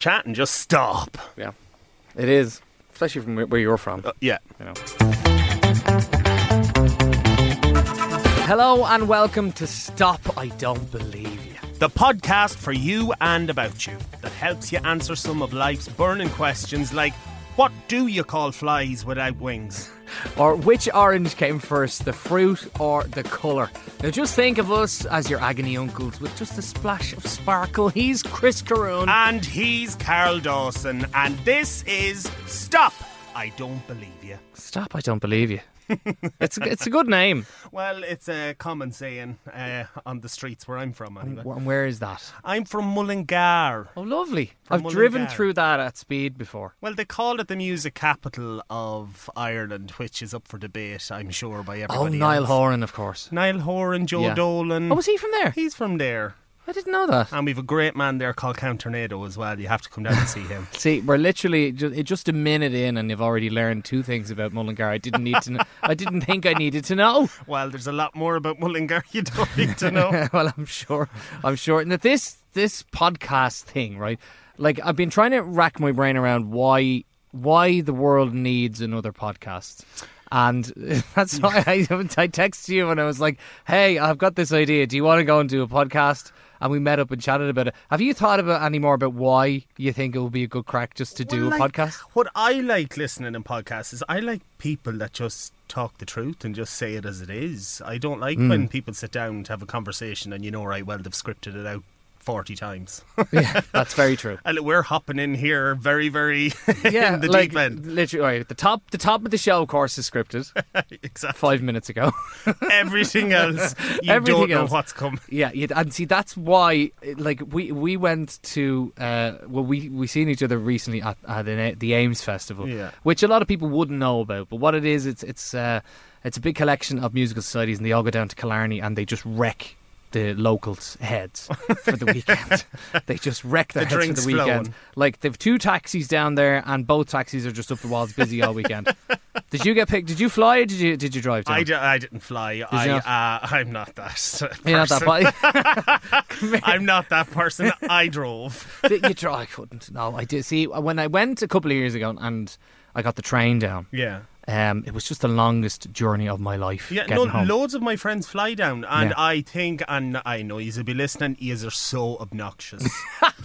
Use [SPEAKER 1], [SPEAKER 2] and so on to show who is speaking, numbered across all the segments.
[SPEAKER 1] chat and just stop.
[SPEAKER 2] Yeah, it is, especially from where- where you're from.
[SPEAKER 1] Uh, yeah.
[SPEAKER 2] You know. Hello and welcome to Stop. I don't believe you.
[SPEAKER 1] The podcast for you and about you that helps you answer some of life's burning questions like what do you call flies without wings?
[SPEAKER 2] Or which orange came first, the fruit or the colour? Now just think of us as your agony uncles with just a splash of sparkle. He's Chris Caroon.
[SPEAKER 1] And he's Carl Dawson, and this is Stop! I don't believe you.
[SPEAKER 2] Stop, I don't believe you. it's, a, it's a good name.
[SPEAKER 1] Well, it's a common saying uh, on the streets where I'm from, anyway.
[SPEAKER 2] And where is that?
[SPEAKER 1] I'm from Mullingar.
[SPEAKER 2] Oh, lovely.
[SPEAKER 1] From
[SPEAKER 2] I've driven
[SPEAKER 1] Mullingar.
[SPEAKER 2] through that at speed before.
[SPEAKER 1] Well, they call it the music capital of Ireland, which is up for debate, I'm sure, by
[SPEAKER 2] Oh,
[SPEAKER 1] everybody.
[SPEAKER 2] Niall
[SPEAKER 1] else.
[SPEAKER 2] Horan, of course.
[SPEAKER 1] Niall Horan, Joe
[SPEAKER 2] Yeah.
[SPEAKER 1] Dolan.
[SPEAKER 2] Oh, was he from there?
[SPEAKER 1] He's from there.
[SPEAKER 2] I didn't know that.
[SPEAKER 1] And we've a great man there called Count Tornado as well. You have to come down and see him.
[SPEAKER 2] See, we're literally just, just a minute in, and you've already learned two things about Mullingar. I didn't need to. Know, I didn't think I needed to know.
[SPEAKER 1] Well, there's a lot more about Mullingar you don't need to know.
[SPEAKER 2] well, I'm sure. I'm sure. And that this this podcast thing, right? Like I've been trying to rack my brain around why why the world needs another podcast. And that's why I, I texted you and I was like, "Hey, I've got this idea. Do you want to go and do a podcast?" And we met up and chatted about it. Have you thought about any more about why you think it would be a good crack just to do
[SPEAKER 1] Well,
[SPEAKER 2] a
[SPEAKER 1] like,
[SPEAKER 2] podcast?
[SPEAKER 1] What I like listening in podcasts is I like people that just talk the truth and just say it as it is. I don't like
[SPEAKER 2] Hmm.
[SPEAKER 1] when people sit down to have a conversation and you know, right, well, they've scripted it out 40 times.
[SPEAKER 2] yeah, that's very true.
[SPEAKER 1] and we're hopping in here very, very
[SPEAKER 2] Yeah,
[SPEAKER 1] in the
[SPEAKER 2] like
[SPEAKER 1] deep end.
[SPEAKER 2] literally right, the top the top of the show, of course, is scripted
[SPEAKER 1] Exactly.
[SPEAKER 2] five minutes ago.
[SPEAKER 1] Everything else, you
[SPEAKER 2] Everything
[SPEAKER 1] don't know
[SPEAKER 2] else.
[SPEAKER 1] what's coming.
[SPEAKER 2] Yeah, yeah, and see that's why, like we we went to uh, well we we seen each other recently at, at the, Na- the Ames Festival,
[SPEAKER 1] Yeah.
[SPEAKER 2] which a lot of people wouldn't know about. But what it is, it's it's uh, it's a big collection of musical societies, and they all go down to Killarney and they just wreck the locals' heads for the weekend. they just wreck their
[SPEAKER 1] The
[SPEAKER 2] heads for
[SPEAKER 1] drinks
[SPEAKER 2] the weekend.
[SPEAKER 1] flowing.
[SPEAKER 2] Like they've two taxis down there, and both taxis are just up the walls, busy all weekend. did you get picked? Did you fly? Or did you did you drive? Down?
[SPEAKER 1] I, d- I didn't fly. I,
[SPEAKER 2] not?
[SPEAKER 1] uh, I'm not that.
[SPEAKER 2] You're not that
[SPEAKER 1] person.
[SPEAKER 2] funny.
[SPEAKER 1] I'm not that person. I drove.
[SPEAKER 2] Th- you try. I couldn't. No, I did. See, when I went a couple of years ago and I got the train down,
[SPEAKER 1] Yeah.
[SPEAKER 2] um, it was just the longest journey of my life.
[SPEAKER 1] Yeah,
[SPEAKER 2] getting
[SPEAKER 1] no,
[SPEAKER 2] home.
[SPEAKER 1] loads of my friends fly down, and
[SPEAKER 2] Yeah.
[SPEAKER 1] I think, and I know you'll be listening. Ears are so obnoxious.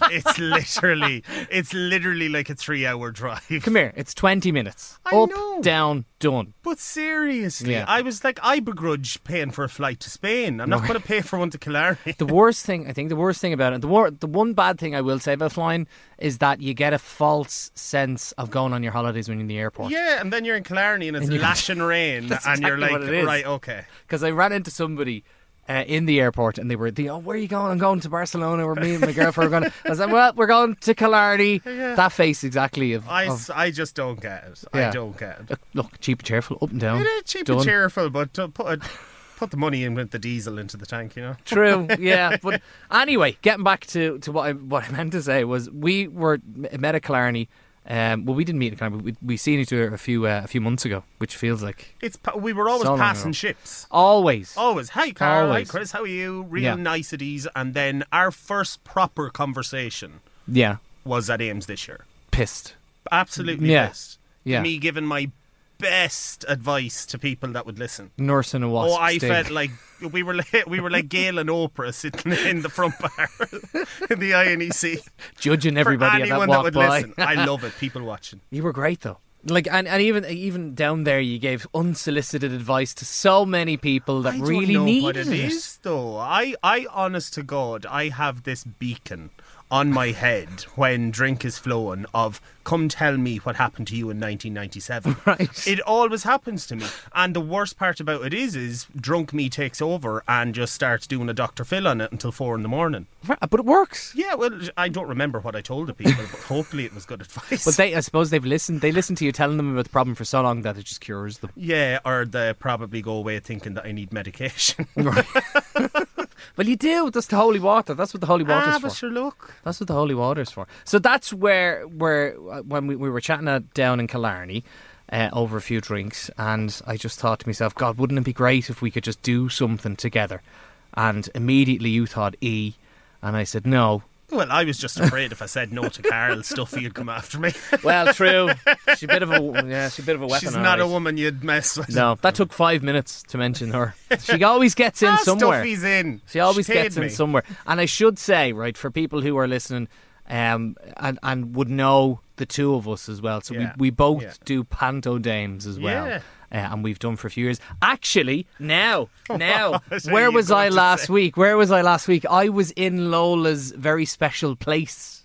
[SPEAKER 1] it's literally, it's literally like a three-hour drive.
[SPEAKER 2] Come here, it's twenty minutes.
[SPEAKER 1] I
[SPEAKER 2] Up,
[SPEAKER 1] know.
[SPEAKER 2] down, done.
[SPEAKER 1] But seriously,
[SPEAKER 2] Yeah.
[SPEAKER 1] I was like, I begrudge paying for a flight to Spain. I'm not going to pay for one to Killarney.
[SPEAKER 2] The worst thing, I think, the worst thing about it, the wor- the one bad thing I will say about flying is that you get a false sense of going on your holidays when you're in the airport.
[SPEAKER 1] Yeah, and then you're in Killarney and it's
[SPEAKER 2] And you-
[SPEAKER 1] lashing rain, and
[SPEAKER 2] That's
[SPEAKER 1] you're
[SPEAKER 2] exactly
[SPEAKER 1] like,
[SPEAKER 2] what it is.
[SPEAKER 1] right, okay.
[SPEAKER 2] because I ran into somebody uh, in the airport and they were, the, oh, where are you going? I'm going to Barcelona. Where me and my girlfriend are going. I was like, well, we're going to Killarney. That face exactly of,
[SPEAKER 1] I,
[SPEAKER 2] of-
[SPEAKER 1] s- I just don't get it. I
[SPEAKER 2] Yeah.
[SPEAKER 1] don't get it.
[SPEAKER 2] look, look, cheap and cheerful, up and down.
[SPEAKER 1] It is cheap
[SPEAKER 2] done.
[SPEAKER 1] and cheerful, but to put a, put the money in with the diesel into the tank, you know.
[SPEAKER 2] True, yeah. But anyway, getting back to, to what I what I meant to say was we were met at Killarney. Um, well, we didn't meet at Killarney. but We we seen each other a few uh, a few months ago, which feels like
[SPEAKER 1] It's pa- we were always
[SPEAKER 2] So long
[SPEAKER 1] passing
[SPEAKER 2] ago.
[SPEAKER 1] ships.
[SPEAKER 2] always.
[SPEAKER 1] Always, hey Carl,
[SPEAKER 2] Always.
[SPEAKER 1] hey Chris, how are you? Real
[SPEAKER 2] Yeah.
[SPEAKER 1] niceties, and then our first proper conversation
[SPEAKER 2] Yeah,
[SPEAKER 1] was at Ames this year.
[SPEAKER 2] pissed.
[SPEAKER 1] Absolutely
[SPEAKER 2] Yeah.
[SPEAKER 1] pissed.
[SPEAKER 2] Yeah.
[SPEAKER 1] me giving my best advice to people that would listen.
[SPEAKER 2] Nursing a wasp
[SPEAKER 1] Oh, I
[SPEAKER 2] sting.
[SPEAKER 1] felt like we were like, we were like Gail and Oprah sitting in the front bar in the INEC.
[SPEAKER 2] judging
[SPEAKER 1] For
[SPEAKER 2] everybody at that
[SPEAKER 1] anyone
[SPEAKER 2] walk
[SPEAKER 1] that would
[SPEAKER 2] by.
[SPEAKER 1] listen, I love it. People watching.
[SPEAKER 2] You were great though. Like and, and even even down there, you gave unsolicited advice to so many people that
[SPEAKER 1] I
[SPEAKER 2] really
[SPEAKER 1] don't know
[SPEAKER 2] needed
[SPEAKER 1] what it is, though. I, I, honest to God, I have this beacon on my head when drink is flowing of come tell me what happened to you in 1997
[SPEAKER 2] Right.
[SPEAKER 1] it always happens to me and the worst part about it is is drunk me takes over and just starts doing a dr phil on it until four in the morning
[SPEAKER 2] But it works.
[SPEAKER 1] yeah well i don't remember what i told the people but hopefully it was good advice
[SPEAKER 2] But they, I suppose, they've listened. They listened to you telling them about the problem for so long that it just cures them.
[SPEAKER 1] yeah or they probably go away thinking that i need medication
[SPEAKER 2] Well, you do. That's the holy water. That's what the holy water's
[SPEAKER 1] ah,
[SPEAKER 2] for.
[SPEAKER 1] but sure look
[SPEAKER 2] That's what the holy water's for. So that's where where uh, when we, we were chatting at, down in Killarney. Uh, over a few drinks, and I just thought to myself, God, wouldn't it be great if we could just do something together? And immediately you thought E, and I said no,
[SPEAKER 1] Well, I was just afraid if I said no to Carl, Stuffy would come after me.
[SPEAKER 2] Well, true. She's a bit of a yeah. She's a bit of a weapon.
[SPEAKER 1] She's
[SPEAKER 2] all
[SPEAKER 1] not a
[SPEAKER 2] right.
[SPEAKER 1] woman you'd mess with.
[SPEAKER 2] No, that took five minutes to mention her. She always gets in
[SPEAKER 1] Ah,
[SPEAKER 2] somewhere.
[SPEAKER 1] Stuffy's in.
[SPEAKER 2] She always
[SPEAKER 1] Shade
[SPEAKER 2] gets in
[SPEAKER 1] me.
[SPEAKER 2] somewhere. And I should say, right, for people who are listening um, and, and would know the two of us as well. So
[SPEAKER 1] Yeah.
[SPEAKER 2] we, we both
[SPEAKER 1] Yeah.
[SPEAKER 2] do panto dames as well.
[SPEAKER 1] Yeah.
[SPEAKER 2] Uh, and we've done for a few years. Actually, now, now,
[SPEAKER 1] was I
[SPEAKER 2] where was I
[SPEAKER 1] going to
[SPEAKER 2] last
[SPEAKER 1] say?
[SPEAKER 2] week? Where was I last week? I was in Lola's very special place.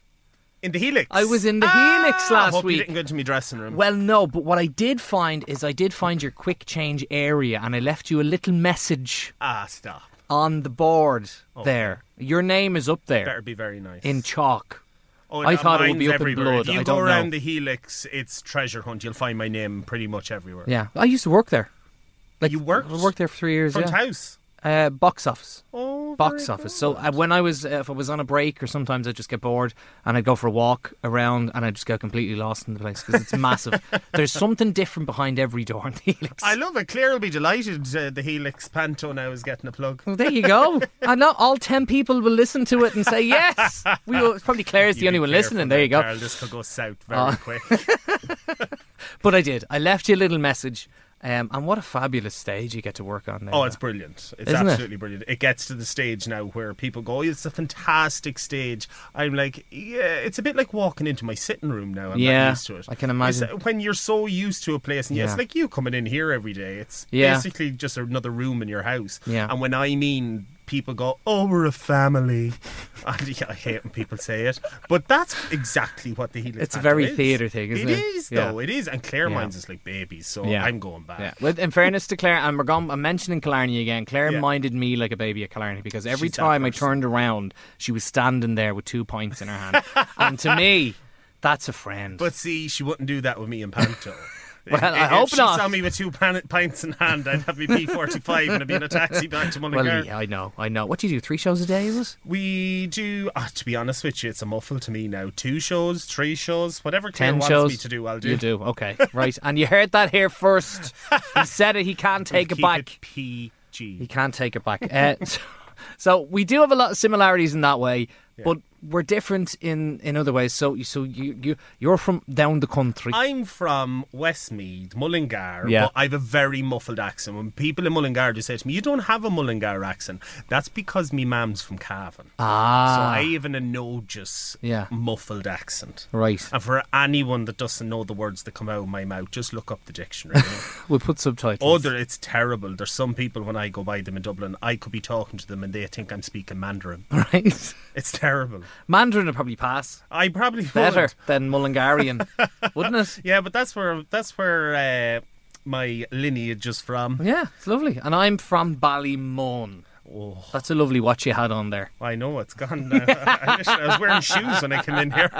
[SPEAKER 1] In the Helix.
[SPEAKER 2] I was in the
[SPEAKER 1] Ah,
[SPEAKER 2] Helix last
[SPEAKER 1] hope
[SPEAKER 2] week.
[SPEAKER 1] You didn't go into my dressing room.
[SPEAKER 2] Well, no, but what I did find is I did find your quick change area and I left you a little message
[SPEAKER 1] ah, stop.
[SPEAKER 2] on the board
[SPEAKER 1] Oh.
[SPEAKER 2] there. Your name is up there
[SPEAKER 1] Better be very nice.
[SPEAKER 2] in chalk.
[SPEAKER 1] oh,
[SPEAKER 2] I
[SPEAKER 1] no,
[SPEAKER 2] thought it would
[SPEAKER 1] mine's
[SPEAKER 2] be up in
[SPEAKER 1] everywhere.
[SPEAKER 2] blood,
[SPEAKER 1] If you
[SPEAKER 2] I
[SPEAKER 1] go
[SPEAKER 2] don't know.
[SPEAKER 1] around the Helix, it's treasure hunt. You'll find my name pretty much everywhere.
[SPEAKER 2] Yeah, I used to work there. Like
[SPEAKER 1] You worked?
[SPEAKER 2] I worked there for three years.
[SPEAKER 1] Front
[SPEAKER 2] yeah,
[SPEAKER 1] house.
[SPEAKER 2] uh, box office,
[SPEAKER 1] Oh,
[SPEAKER 2] box
[SPEAKER 1] very
[SPEAKER 2] office.
[SPEAKER 1] good.
[SPEAKER 2] So uh, when I was, uh, if I was on a break or sometimes I would just get bored and I'd go for a walk around and I would just get completely lost in the place because it's massive. There's something different behind every door in the Helix.
[SPEAKER 1] I love it. Claire will be delighted. Uh, the Helix Panto now is getting a plug.
[SPEAKER 2] Well, there you go. I know all ten people will listen to it and say yes. We will, probably Claire's the
[SPEAKER 1] You
[SPEAKER 2] only
[SPEAKER 1] be
[SPEAKER 2] one
[SPEAKER 1] careful
[SPEAKER 2] listening. There you go. Oh.
[SPEAKER 1] Carol, this could go south very quick.
[SPEAKER 2] But I did. I left you a little message. Um, and what a fabulous stage you get to work on there.
[SPEAKER 1] Oh, it's brilliant. It's
[SPEAKER 2] Isn't it?
[SPEAKER 1] absolutely brilliant. It gets to the stage now where people go, "Oh, it's a fantastic stage. I'm like, yeah, it's a bit like walking into my sitting room now. I'm
[SPEAKER 2] Yeah,
[SPEAKER 1] not used to it.
[SPEAKER 2] I can imagine.
[SPEAKER 1] It's, uh, when you're so used to a place, and yeah,
[SPEAKER 2] Yeah.
[SPEAKER 1] it's like you coming in here every day. It's
[SPEAKER 2] Yeah.
[SPEAKER 1] basically just another room in your house.
[SPEAKER 2] Yeah.
[SPEAKER 1] And when I mean people go, oh, we're a family. and, yeah, I hate when people say it. But that's exactly what the Helix
[SPEAKER 2] It's a
[SPEAKER 1] Factor
[SPEAKER 2] very
[SPEAKER 1] is.
[SPEAKER 2] theatre thing, isn't it?
[SPEAKER 1] It is,
[SPEAKER 2] Yeah.
[SPEAKER 1] though. It is. And Claire
[SPEAKER 2] Yeah.
[SPEAKER 1] minds us like babies, so
[SPEAKER 2] Yeah.
[SPEAKER 1] I'm going back.
[SPEAKER 2] Yeah. Well, in fairness to Claire, and we're going, I'm mentioning Killarney again. Claire
[SPEAKER 1] Yeah.
[SPEAKER 2] minded me like a baby at Killarney because every
[SPEAKER 1] She's that
[SPEAKER 2] time I
[SPEAKER 1] person.
[SPEAKER 2] turned around, she was standing there with two pints in her hand. and to me, that's a friend.
[SPEAKER 1] But see, she wouldn't do that with me in Panto.
[SPEAKER 2] Well, I
[SPEAKER 1] if
[SPEAKER 2] hope
[SPEAKER 1] she
[SPEAKER 2] not.
[SPEAKER 1] saw me with two pan- pints in hand, I'd have me P45 and I'd be in a taxi back to Mullingar.
[SPEAKER 2] well, yeah, I know, I know. What do you do? Three shows a day, is it?
[SPEAKER 1] We do, ah, to be honest with you, it's a muffle to me now. Two shows, three shows, whatever Claire
[SPEAKER 2] Ten
[SPEAKER 1] wants
[SPEAKER 2] shows.
[SPEAKER 1] me to do, I'll do.
[SPEAKER 2] You do, okay, right. and you heard that here first. he said it. He can't take
[SPEAKER 1] Keep
[SPEAKER 2] it back.
[SPEAKER 1] it PG.
[SPEAKER 2] He can't take it back. Uh, so, so we do have a lot of similarities in that way, but we're different in, in other ways. So so you you you're from down the country.
[SPEAKER 1] I'm from Westmead, Mullingar,
[SPEAKER 2] Yeah.
[SPEAKER 1] but I have a very muffled accent. When people in Mullingar just say to me, You don't have a Mullingar accent, that's because me mam's from Cavan. So
[SPEAKER 2] ah,
[SPEAKER 1] I have an anodious,
[SPEAKER 2] Yeah.
[SPEAKER 1] muffled accent.
[SPEAKER 2] right.
[SPEAKER 1] And for anyone that doesn't know the words that come out of my mouth, just look up the dictionary. you know.
[SPEAKER 2] We'll put subtitles.
[SPEAKER 1] Other, it's terrible. There's some people when I go by them in Dublin, I could be talking to them and they think I'm speaking Mandarin.
[SPEAKER 2] right.
[SPEAKER 1] It's terrible.
[SPEAKER 2] Mandarin would probably pass
[SPEAKER 1] I probably
[SPEAKER 2] better
[SPEAKER 1] would.
[SPEAKER 2] than Mullingarian, wouldn't it?
[SPEAKER 1] Yeah, but that's where that's where uh, my lineage is from.
[SPEAKER 2] Yeah, it's lovely. And I'm from Ballymun.
[SPEAKER 1] Oh,
[SPEAKER 2] That's a lovely watch you had on there.
[SPEAKER 1] I know it's gone. Now. I, wish I was wearing shoes when I came in here.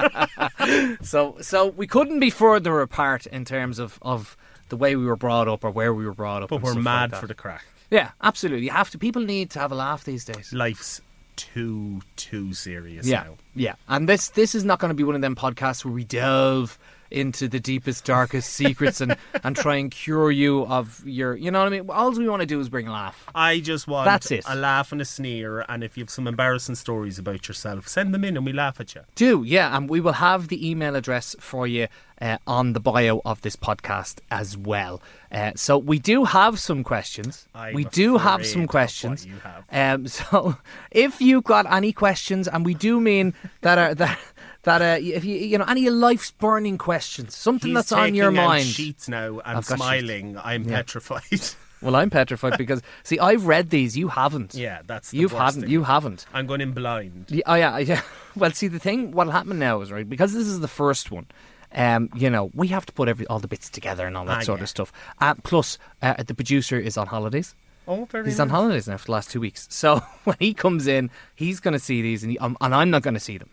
[SPEAKER 2] So so we couldn't be further apart in terms of of the way we were brought up or where we were brought up.
[SPEAKER 1] but
[SPEAKER 2] and
[SPEAKER 1] we're
[SPEAKER 2] stuff like
[SPEAKER 1] mad
[SPEAKER 2] that.
[SPEAKER 1] for the crack.
[SPEAKER 2] Yeah, absolutely. You have to. People need to have a laugh these days.
[SPEAKER 1] Life's too too serious
[SPEAKER 2] Yeah,
[SPEAKER 1] now.
[SPEAKER 2] yeah. And this this is not going to be one of them podcasts where we delve into the deepest, darkest secrets and and try and cure you of your. You know what I mean? All we want to do is bring a laugh.
[SPEAKER 1] I just want
[SPEAKER 2] That's it.
[SPEAKER 1] a laugh and a sneer. And if you have some embarrassing stories about yourself, send them in and we laugh at you.
[SPEAKER 2] Do yeah, and we will have the email address for you uh, on the bio of this podcast as well. Uh, so we do have some questions.
[SPEAKER 1] I'm
[SPEAKER 2] we do have
[SPEAKER 1] afraid
[SPEAKER 2] some
[SPEAKER 1] of what
[SPEAKER 2] questions.
[SPEAKER 1] you have.
[SPEAKER 2] Um, so if you've got any questions, and we do mean that are that that uh, if you you know any of life's burning questions, something
[SPEAKER 1] He's
[SPEAKER 2] that's on your
[SPEAKER 1] taking out
[SPEAKER 2] mind.
[SPEAKER 1] Sheets now and
[SPEAKER 2] I've got
[SPEAKER 1] smiling. I'm petrified.
[SPEAKER 2] Well, I'm petrified because see, I've read these. You haven't.
[SPEAKER 1] yeah, that's the
[SPEAKER 2] You've
[SPEAKER 1] worst
[SPEAKER 2] haven't.
[SPEAKER 1] thing.
[SPEAKER 2] You haven't.
[SPEAKER 1] I'm going in blind.
[SPEAKER 2] Yeah, oh, yeah, yeah. Well, see, the thing, what'll happen now is right because this is the first one. Um, you know, we have to put every all the bits together and all that
[SPEAKER 1] Ah,
[SPEAKER 2] sort
[SPEAKER 1] yeah.
[SPEAKER 2] of stuff. Uh, plus, uh, the producer is on holidays.
[SPEAKER 1] Oh, very.
[SPEAKER 2] He's on
[SPEAKER 1] nice.
[SPEAKER 2] holidays now for the last two weeks. So when he comes in, he's going to see these, and, he, um, and I'm not going to see them.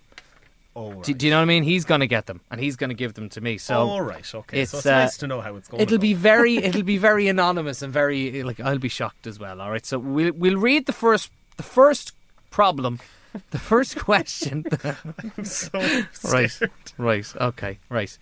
[SPEAKER 1] All right.
[SPEAKER 2] Do, do you know what I mean? He's going to get them, and he's going to give them to me. So
[SPEAKER 1] All right. Okay.
[SPEAKER 2] it's,
[SPEAKER 1] so it's
[SPEAKER 2] uh,
[SPEAKER 1] nice to know how it's going.
[SPEAKER 2] It'll be
[SPEAKER 1] along.
[SPEAKER 2] very, it'll be very anonymous and very like I'll be shocked as well. All right, so we'll we'll read the first the first problem, the first question.
[SPEAKER 1] so
[SPEAKER 2] right, right, okay, right.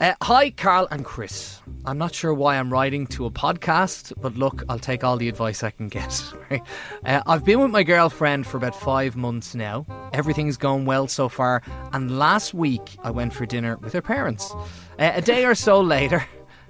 [SPEAKER 2] Uh, hi, Carl and Chris. I'm not sure why I'm writing to a podcast, but look, I'll take all the advice I can get. right? uh, I've been with my girlfriend for about five months now. Everything's going well so far, and last week I went for dinner with her parents. Uh, a day or so later,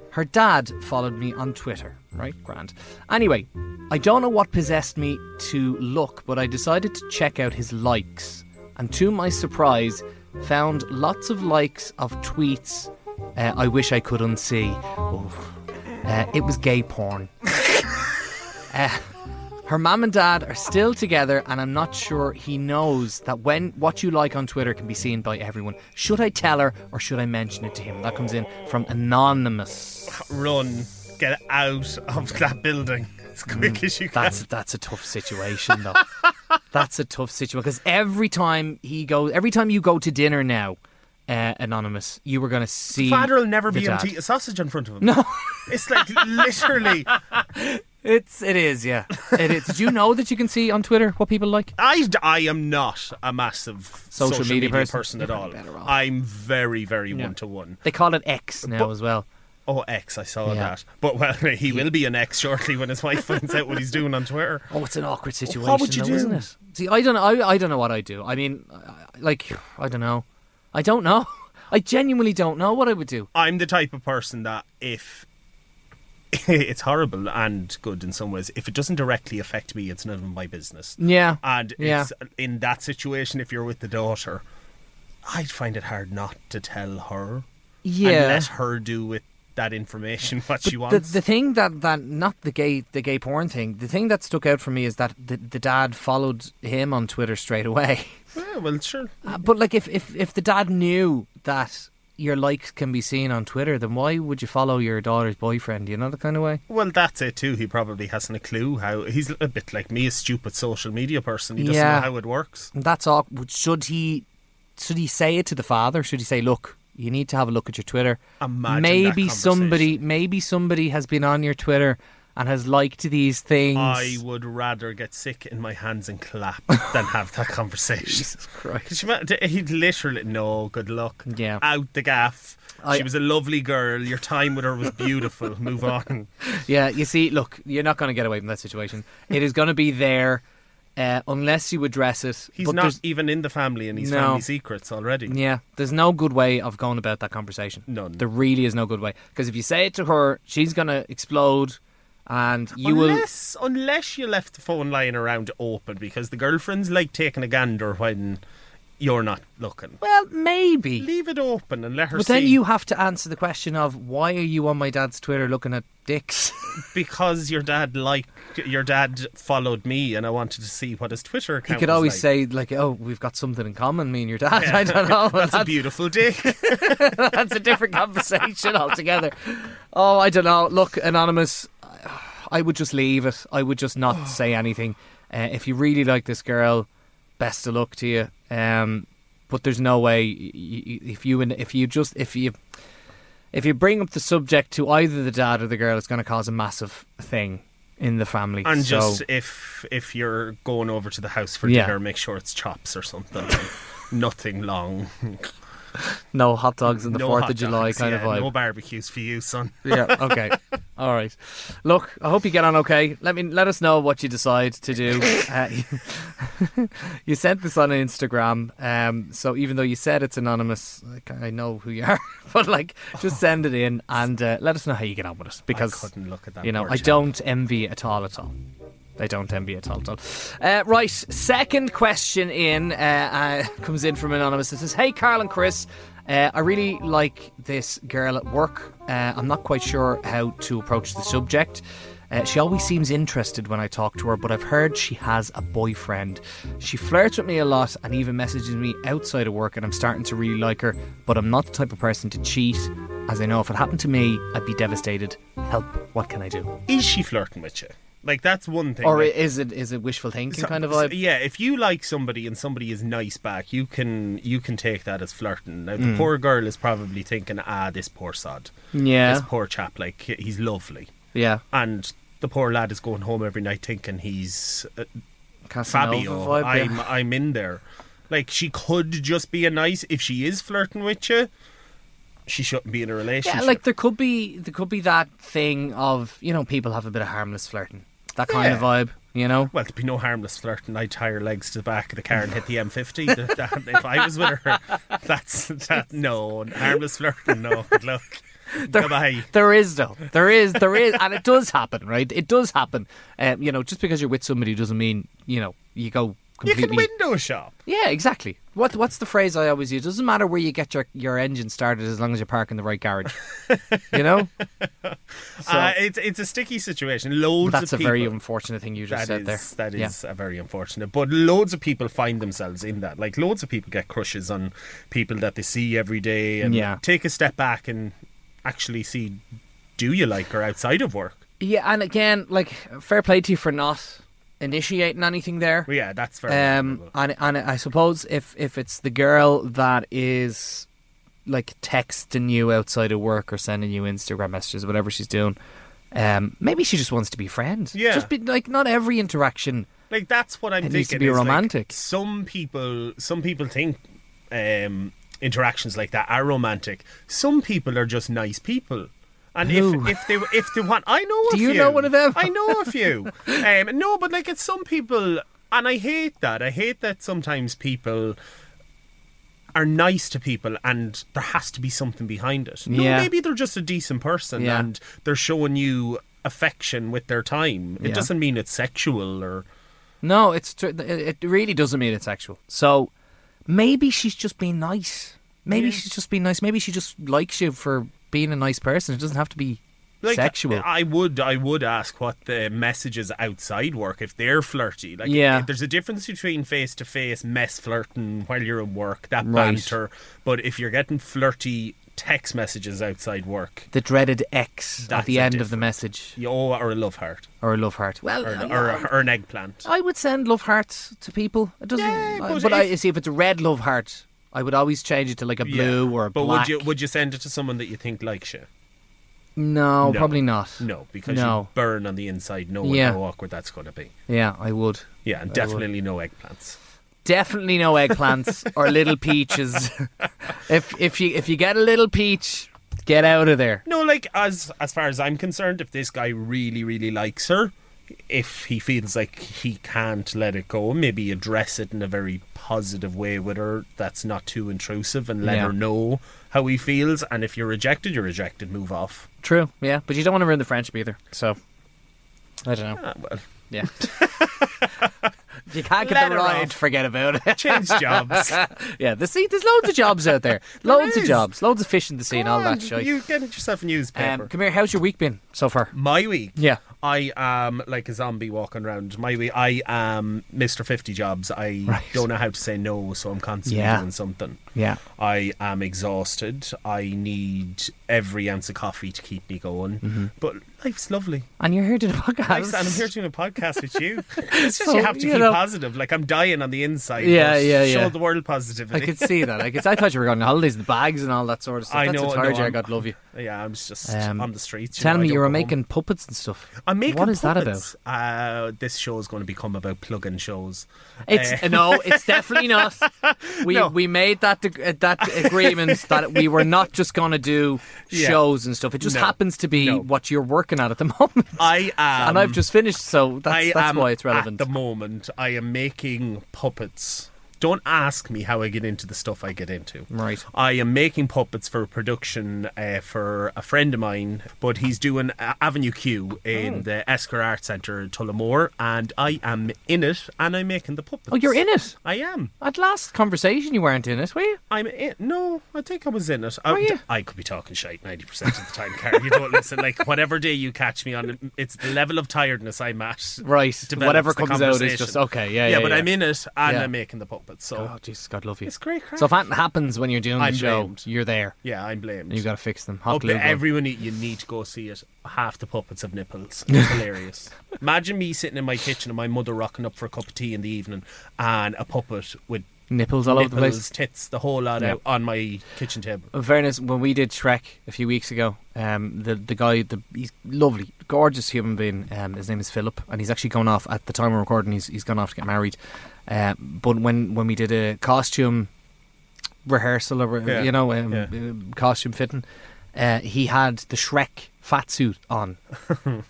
[SPEAKER 2] her dad followed me on Twitter, right? Grand. Anyway, I don't know what possessed me to look, but I decided to check out his likes. And to my surprise, found lots of likes of tweets uh, I wish I could unsee. Oh. Uh, it was gay porn. Uh, Her mum and dad are still together, and I'm not sure he knows that when what you like on Twitter can be seen by everyone. Should I tell her or should I mention it to him? That comes in from Anonymous.
[SPEAKER 1] Run, get out of that building as quick
[SPEAKER 2] Mm,
[SPEAKER 1] as you can.
[SPEAKER 2] That's that's a tough situation though. that's a tough situation because every time he goes, every time you go to dinner now, uh, anonymous, you were going to see.
[SPEAKER 1] Father will never
[SPEAKER 2] the
[SPEAKER 1] be able
[SPEAKER 2] dad.
[SPEAKER 1] to eat a sausage in front of him. No, it's like literally.
[SPEAKER 2] It's it is yeah. It is. Did you know that you can see on Twitter what people like?
[SPEAKER 1] I, I am not a massive
[SPEAKER 2] Social
[SPEAKER 1] social,
[SPEAKER 2] media
[SPEAKER 1] media,
[SPEAKER 2] person.
[SPEAKER 1] person, at
[SPEAKER 2] You're
[SPEAKER 1] all.
[SPEAKER 2] better off.
[SPEAKER 1] I'm very very
[SPEAKER 2] Yeah.
[SPEAKER 1] one to one.
[SPEAKER 2] They call it X now
[SPEAKER 1] But-
[SPEAKER 2] as well.
[SPEAKER 1] Oh, ex, I saw
[SPEAKER 2] Yeah.
[SPEAKER 1] that. But well, he will be an ex shortly when his wife finds out what he's doing on Twitter.
[SPEAKER 2] Oh, it's an awkward situation.
[SPEAKER 1] what would you
[SPEAKER 2] though,
[SPEAKER 1] do?
[SPEAKER 2] Isn't it? See, I don't. I, I don't know what I do. I mean, I- like, I don't know. I don't know. I genuinely don't know what I would do.
[SPEAKER 1] I'm the type of person that if it's horrible and good in some ways, if it doesn't directly affect me, it's none of my business.
[SPEAKER 2] Yeah.
[SPEAKER 1] And
[SPEAKER 2] Yeah.
[SPEAKER 1] it's, in that situation, if you're with the daughter, I'd find it hard not to tell her and
[SPEAKER 2] yeah.
[SPEAKER 1] let her do with that information what she
[SPEAKER 2] The,
[SPEAKER 1] wants.
[SPEAKER 2] the thing that, that not the gay the gay porn thing. The thing that stuck out for me is that the, the dad followed him on Twitter straight away.
[SPEAKER 1] yeah, Eh, well, sure.
[SPEAKER 2] Uh, but like, if, if if the dad knew that your likes can be seen on Twitter, then why would you follow your daughter's boyfriend? You know the kind of way.
[SPEAKER 1] Well, that's it too. He probably hasn't a clue how. He's a bit like me, a stupid social media person. He doesn't
[SPEAKER 2] Yeah.
[SPEAKER 1] know how it works.
[SPEAKER 2] And that's all. would- Should he? Should he say it to the father? Should he say, "Look, you need to have a look at your Twitter.
[SPEAKER 1] Imagine
[SPEAKER 2] maybe
[SPEAKER 1] that
[SPEAKER 2] somebody, maybe somebody has been on your Twitter and has liked these things."
[SPEAKER 1] I would rather get sick in my hands and clap than have that conversation.
[SPEAKER 2] Jesus Christ.
[SPEAKER 1] Could you ima- d- He'd literally no good luck.
[SPEAKER 2] Yeah.
[SPEAKER 1] out the gaff.
[SPEAKER 2] I-
[SPEAKER 1] she was a lovely girl. Your time with her was beautiful. Move on.
[SPEAKER 2] Yeah, you see, look, you're not going to get away from that situation. It is going to be there uh, unless you address it.
[SPEAKER 1] He's
[SPEAKER 2] but
[SPEAKER 1] not
[SPEAKER 2] there's-
[SPEAKER 1] even in the family, and he's
[SPEAKER 2] No.
[SPEAKER 1] family secrets already.
[SPEAKER 2] Yeah, there's no good way of going about that conversation.
[SPEAKER 1] None.
[SPEAKER 2] There really is no good way because if you say it to her, she's going to explode, and you will.
[SPEAKER 1] unless, unless you left the phone lying around open, because the girlfriend's like taking a gander when you're not looking.
[SPEAKER 2] Well, maybe.
[SPEAKER 1] Leave it open and let her
[SPEAKER 2] But
[SPEAKER 1] see.
[SPEAKER 2] then you have to answer the question of why are you on my dad's Twitter looking at dicks?
[SPEAKER 1] because your dad liked your dad followed me, and I wanted to see what his Twitter
[SPEAKER 2] he
[SPEAKER 1] account.
[SPEAKER 2] could
[SPEAKER 1] was
[SPEAKER 2] always
[SPEAKER 1] like.
[SPEAKER 2] say like, "Oh, we've got something in common, me and your dad." I don't know.
[SPEAKER 1] "That's a
[SPEAKER 2] That's-
[SPEAKER 1] beautiful dick."
[SPEAKER 2] That's a different conversation altogether. Oh, I don't know. Look, anonymous, I would just leave it. I would just not say anything. Uh, if you really like this girl, best of luck to you. Um, but there's no way y- y- if you and if you just if you if you bring up the subject to either the dad or the girl, it's going to cause a massive thing in the family.
[SPEAKER 1] And
[SPEAKER 2] So-
[SPEAKER 1] just if if you're going over to the house for
[SPEAKER 2] Yeah.
[SPEAKER 1] dinner, make sure it's chops or something. Nothing long.
[SPEAKER 2] no hot dogs on the
[SPEAKER 1] no
[SPEAKER 2] Fourth
[SPEAKER 1] hot
[SPEAKER 2] of July
[SPEAKER 1] dogs,
[SPEAKER 2] kind
[SPEAKER 1] yeah,
[SPEAKER 2] of vibe.
[SPEAKER 1] No barbecues for you, son.
[SPEAKER 2] yeah. Okay. All right. Look, I hope you get on okay. Let me let us know what you decide to do. Uh, you sent this on Instagram, um, so even though you said it's anonymous, like, I know who you are. But like, just send it in and uh, let us know how you get on with it
[SPEAKER 1] I
[SPEAKER 2] because
[SPEAKER 1] couldn't look at that.
[SPEAKER 2] you know
[SPEAKER 1] poor
[SPEAKER 2] I
[SPEAKER 1] chap.
[SPEAKER 2] don't envy it at all at all. I don't envy it at all. At all. Uh, right, second question in uh, uh, comes in from anonymous. It says, "Hey, Carl and Chris, uh, I really like this girl at work. Uh, I'm not quite sure how to approach the subject. Uh, she always seems interested when I talk to her, but I've heard she has a boyfriend. She flirts with me a lot and even messages me outside of work, and I'm starting to really like her. But I'm not the type of person to cheat, as I know if it happened to me, I'd be devastated. Help! What can I do?"
[SPEAKER 1] Is she flirting with you? Like that's one thing.
[SPEAKER 2] Or
[SPEAKER 1] like-
[SPEAKER 2] is it is it wishful thinking
[SPEAKER 1] So-
[SPEAKER 2] kind of
[SPEAKER 1] so-
[SPEAKER 2] vibe?
[SPEAKER 1] Yeah, if you like somebody and somebody is nice back, you can you can take that as flirting. Now the poor girl is probably thinking, ah, this poor sod,
[SPEAKER 2] Mm. Yeah,
[SPEAKER 1] this poor chap, like he- he's lovely,
[SPEAKER 2] yeah.
[SPEAKER 1] and the poor lad is going home every night thinking he's uh,
[SPEAKER 2] Casanova
[SPEAKER 1] Fabio.
[SPEAKER 2] vibe, yeah.
[SPEAKER 1] I'm I'm in there. Like she could just be a nice if she is flirting with you. she shouldn't be in a relationship.
[SPEAKER 2] Yeah, like there could be there could be that thing of you know people have a bit of harmless flirting, that kind of
[SPEAKER 1] Yeah.
[SPEAKER 2] vibe. You know,
[SPEAKER 1] well, to be no harmless flirting, I'd tie her legs to the back of the car and hit the M50. Th- that- if I was with her, that's that. No harmless flirting. No, good luck. Goodbye.
[SPEAKER 2] There is though. There is. There is, and it does happen, right? It does happen. Um, you know, just because you're with somebody doesn't mean you know you go
[SPEAKER 1] You can
[SPEAKER 2] completely.
[SPEAKER 1] window shop.
[SPEAKER 2] Yeah, exactly. What What's the phrase I always use? doesn't matter where you get your your engine started as long as you park in the right garage. you know, So-
[SPEAKER 1] uh, it's it's a sticky situation. Loads.
[SPEAKER 2] that's a
[SPEAKER 1] of people,
[SPEAKER 2] very unfortunate thing you
[SPEAKER 1] That
[SPEAKER 2] just said
[SPEAKER 1] is
[SPEAKER 2] there.
[SPEAKER 1] that
[SPEAKER 2] Yeah.
[SPEAKER 1] is uh very unfortunate. But loads of people find themselves in that. Like loads of people get crushes on people that they see every day, and
[SPEAKER 2] Yeah.
[SPEAKER 1] take a step back and actually see do you like her outside of work?
[SPEAKER 2] Yeah, and again, like fair play to you for not initiating anything there.
[SPEAKER 1] Well, yeah, that's very.
[SPEAKER 2] Um,
[SPEAKER 1] admirable.
[SPEAKER 2] and and I suppose if if it's the girl that is like texting you outside of work or sending you Instagram messages, whatever she's doing, um, maybe she just wants to be friends.
[SPEAKER 1] Yeah.
[SPEAKER 2] just be like not every interaction.
[SPEAKER 1] Like that's what I'm
[SPEAKER 2] It
[SPEAKER 1] thinking.
[SPEAKER 2] needs to be
[SPEAKER 1] is, like,
[SPEAKER 2] romantic.
[SPEAKER 1] some people, some people think um, interactions like that are romantic. Some people are just nice people. And
[SPEAKER 2] Who?
[SPEAKER 1] if, if they if they want, I know.
[SPEAKER 2] Do
[SPEAKER 1] a
[SPEAKER 2] you
[SPEAKER 1] few.
[SPEAKER 2] know one of them?
[SPEAKER 1] I know a few. um, no, but like it's some people, and I hate that. I hate that sometimes people are nice to people, and there has to be something behind it. No,
[SPEAKER 2] Yeah.
[SPEAKER 1] maybe they're just a decent person,
[SPEAKER 2] Yeah.
[SPEAKER 1] and they're showing you affection with their time. It
[SPEAKER 2] Yeah.
[SPEAKER 1] doesn't mean it's sexual or.
[SPEAKER 2] No, it's tr- it it really doesn't mean it's sexual. So maybe she's just being nice. Maybe
[SPEAKER 1] Yeah.
[SPEAKER 2] she's just being nice. Maybe she just likes you for being a nice person. It doesn't have to be sexual.
[SPEAKER 1] I would, I would ask what the messages outside work if they're flirty. Like,
[SPEAKER 2] Yeah.
[SPEAKER 1] there's a difference between face to face mess flirting while you're in work, that
[SPEAKER 2] Right.
[SPEAKER 1] banter. But if you're getting flirty text messages outside work,
[SPEAKER 2] the dreaded X at
[SPEAKER 1] That's
[SPEAKER 2] the
[SPEAKER 1] a
[SPEAKER 2] end of the message
[SPEAKER 1] you owe or a love heart
[SPEAKER 2] or a love heart. Well,
[SPEAKER 1] or,
[SPEAKER 2] I-
[SPEAKER 1] or, a- or an eggplant.
[SPEAKER 2] I would send love hearts to people. It doesn't.
[SPEAKER 1] Yeah,
[SPEAKER 2] I-
[SPEAKER 1] but
[SPEAKER 2] but I
[SPEAKER 1] if-
[SPEAKER 2] see if it's a red love heart, I would always change it to like a blue
[SPEAKER 1] Yeah.
[SPEAKER 2] or a
[SPEAKER 1] but
[SPEAKER 2] black.
[SPEAKER 1] would you would you send it to someone that you think likes you?
[SPEAKER 2] no,
[SPEAKER 1] No.
[SPEAKER 2] probably not.
[SPEAKER 1] No, because
[SPEAKER 2] No.
[SPEAKER 1] you burn on the inside knowing
[SPEAKER 2] Yeah.
[SPEAKER 1] how awkward that's going to be.
[SPEAKER 2] Yeah, I would.
[SPEAKER 1] Yeah, and definitely no eggplants.
[SPEAKER 2] Definitely no eggplants or little peaches. if if you if you get a little peach, get out of there.
[SPEAKER 1] No, like as as far as I'm concerned, if this guy really, really likes her, if he feels like he can't let it go, maybe address it in a very positive way with her. That's not too intrusive, and let
[SPEAKER 2] Yeah.
[SPEAKER 1] her know how he feels. And if you're rejected, you're rejected. Move off.
[SPEAKER 2] True. Yeah, but you don't want to ruin the friendship either. So I don't know.
[SPEAKER 1] Ah, well,
[SPEAKER 2] Yeah. If you can't get
[SPEAKER 1] Let
[SPEAKER 2] the
[SPEAKER 1] her
[SPEAKER 2] ride,
[SPEAKER 1] off.
[SPEAKER 2] forget about it.
[SPEAKER 1] change jobs.
[SPEAKER 2] yeah, the see, there's loads of jobs out there. Loads of
[SPEAKER 1] is.
[SPEAKER 2] jobs. Loads of fish in the sea and all that shit.
[SPEAKER 1] You get yourself a newspaper.
[SPEAKER 2] Um, come here. How's your week been so far?
[SPEAKER 1] My week.
[SPEAKER 2] Yeah.
[SPEAKER 1] I am like a zombie walking around. My week. I am Mr. Fifty Jobs. I
[SPEAKER 2] Right.
[SPEAKER 1] don't know how to say no, so I'm constantly
[SPEAKER 2] Yeah.
[SPEAKER 1] doing something.
[SPEAKER 2] Yeah.
[SPEAKER 1] I am exhausted. I need every ounce of coffee to keep me going.
[SPEAKER 2] Mm-hmm.
[SPEAKER 1] But life's lovely.
[SPEAKER 2] And you're here to the podcast.
[SPEAKER 1] Life's, and I'm here doing a podcast with you. It's just
[SPEAKER 2] So,
[SPEAKER 1] you have to
[SPEAKER 2] you
[SPEAKER 1] keep
[SPEAKER 2] know-
[SPEAKER 1] positive. Like I'm dying on the inside.
[SPEAKER 2] Yeah,
[SPEAKER 1] but
[SPEAKER 2] yeah,
[SPEAKER 1] Show
[SPEAKER 2] yeah.
[SPEAKER 1] the world
[SPEAKER 2] I
[SPEAKER 1] positivity.
[SPEAKER 2] could see that. I could. I thought you were going on holidays and bags and all that sort of stuff.
[SPEAKER 1] I
[SPEAKER 2] That's
[SPEAKER 1] know,
[SPEAKER 2] how tired
[SPEAKER 1] no,
[SPEAKER 2] you are.
[SPEAKER 1] I'm-
[SPEAKER 2] God love you.
[SPEAKER 1] yeah, I'm just
[SPEAKER 2] Um,
[SPEAKER 1] on the streets. you
[SPEAKER 2] Tell
[SPEAKER 1] know, I
[SPEAKER 2] me
[SPEAKER 1] don't
[SPEAKER 2] you
[SPEAKER 1] go
[SPEAKER 2] were
[SPEAKER 1] home.
[SPEAKER 2] making puppets and stuff.
[SPEAKER 1] I'm making
[SPEAKER 2] What is that about?
[SPEAKER 1] puppets. Uh, this show is going to become about plug-in shows.
[SPEAKER 2] It's no, it's definitely not. We
[SPEAKER 1] Eh. No.
[SPEAKER 2] we made that deg- uh, that agreement that we were not just going to do
[SPEAKER 1] Yeah.
[SPEAKER 2] shows and stuff. It just
[SPEAKER 1] No.
[SPEAKER 2] happens to be
[SPEAKER 1] No.
[SPEAKER 2] what you're working at at the moment.
[SPEAKER 1] I am.
[SPEAKER 2] and I've just finished, so that's
[SPEAKER 1] Um, I
[SPEAKER 2] that's
[SPEAKER 1] am
[SPEAKER 2] why it's relevant.
[SPEAKER 1] At the moment, I am making puppets. Don't ask me how I get into the stuff I get into.
[SPEAKER 2] Right.
[SPEAKER 1] I am making puppets for a production uh, for a friend of mine, but he's doing uh, Avenue Q in
[SPEAKER 2] Oh.
[SPEAKER 1] the Esker Art Centre in Tullamore, and I am in it, and I'm making the puppets.
[SPEAKER 2] Oh, you're in it.
[SPEAKER 1] I am.
[SPEAKER 2] At last conversation, you weren't in it, were you?
[SPEAKER 1] I'm in. No, I think I was in it.
[SPEAKER 2] Were you?
[SPEAKER 1] I, I could be talking shite ninety percent of the time, Carrie. You don't listen. Like whatever day you catch me on, it's the level of tiredness I'm at.
[SPEAKER 2] Right.
[SPEAKER 1] develops
[SPEAKER 2] Whatever
[SPEAKER 1] the
[SPEAKER 2] comes out is
[SPEAKER 1] conversation.
[SPEAKER 2] just okay. Yeah,
[SPEAKER 1] yeah,
[SPEAKER 2] yeah.
[SPEAKER 1] but I'm in it and
[SPEAKER 2] Yeah.
[SPEAKER 1] I'm making the puppets. So
[SPEAKER 2] Oh, Jesus, God love you.
[SPEAKER 1] it's great crack.
[SPEAKER 2] So if anything happens when you're doing
[SPEAKER 1] I'm
[SPEAKER 2] the show,
[SPEAKER 1] blamed.
[SPEAKER 2] you're there.
[SPEAKER 1] yeah, I'm blamed.
[SPEAKER 2] And you've got to fix them. Hot
[SPEAKER 1] Up
[SPEAKER 2] glue
[SPEAKER 1] to
[SPEAKER 2] gun.
[SPEAKER 1] everyone, you- you need to go see it. Half the puppets have nipples. It's hilarious. Imagine me sitting in my kitchen and my mother rocking up for a cup of tea in the evening, and a puppet with
[SPEAKER 2] nipples all over the
[SPEAKER 1] nipples,
[SPEAKER 2] place.
[SPEAKER 1] tits, the whole lot
[SPEAKER 2] Yeah.
[SPEAKER 1] out on my kitchen table.
[SPEAKER 2] In fairness, when we did Shrek a few weeks ago, um, the the guy, the, he's lovely, gorgeous human being. Um, his name is Philip, and he's actually gone off at the Uh, time of recording. He's he's gone off to get married. Um, but when when we did a costume rehearsal or
[SPEAKER 1] Yeah.
[SPEAKER 2] you know um,
[SPEAKER 1] Yeah.
[SPEAKER 2] uh, costume fitting, uh, he had the Shrek fat suit on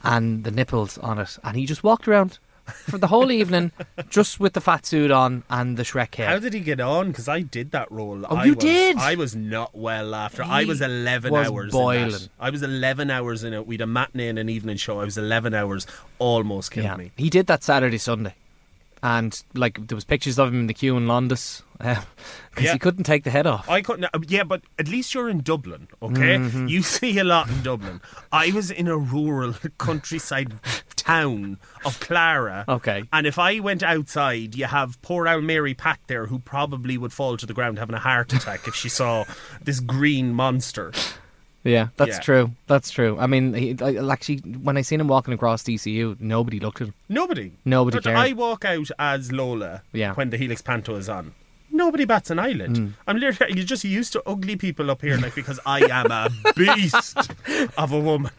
[SPEAKER 2] and the nipples on it, and he just walked around for the whole evening just with the fat suit on and the Shrek hair.
[SPEAKER 1] How did he get on? Because I did that role.
[SPEAKER 2] Oh,
[SPEAKER 1] I
[SPEAKER 2] you
[SPEAKER 1] was,
[SPEAKER 2] did?
[SPEAKER 1] I was not well after. I
[SPEAKER 2] He
[SPEAKER 1] was eleven
[SPEAKER 2] was
[SPEAKER 1] hours. In
[SPEAKER 2] boiling.
[SPEAKER 1] that. I was eleven hours in it. We had a matinee and an evening show. I was eleven hours. Almost killed me.
[SPEAKER 2] He did that Saturday, Sunday. And like there was pictures of him in the queue in Londis because
[SPEAKER 1] Yeah.
[SPEAKER 2] he couldn't take the head off.
[SPEAKER 1] I couldn't. uh, Yeah, but at least you're in Dublin, okay?
[SPEAKER 2] Mm-hmm.
[SPEAKER 1] You see a lot in Dublin. I was in a rural countryside town of Clara.
[SPEAKER 2] Okay.
[SPEAKER 1] And if I went outside, you have poor old Mary Pat there who probably would fall to the ground having a heart attack if she saw this green monster.
[SPEAKER 2] Yeah, that's
[SPEAKER 1] Yeah.
[SPEAKER 2] true. That's true. I mean, he, I, I'll actually, when I seen him walking across DCU, nobody looked at him.
[SPEAKER 1] Nobody.
[SPEAKER 2] Nobody
[SPEAKER 1] But
[SPEAKER 2] cared.
[SPEAKER 1] I walk out as Lola
[SPEAKER 2] Yeah. Hmm.
[SPEAKER 1] when the Helix Panto is on. Nobody bats an eyelid. I'm literally, you're just used to ugly people up here, like, because I am a beast of a woman.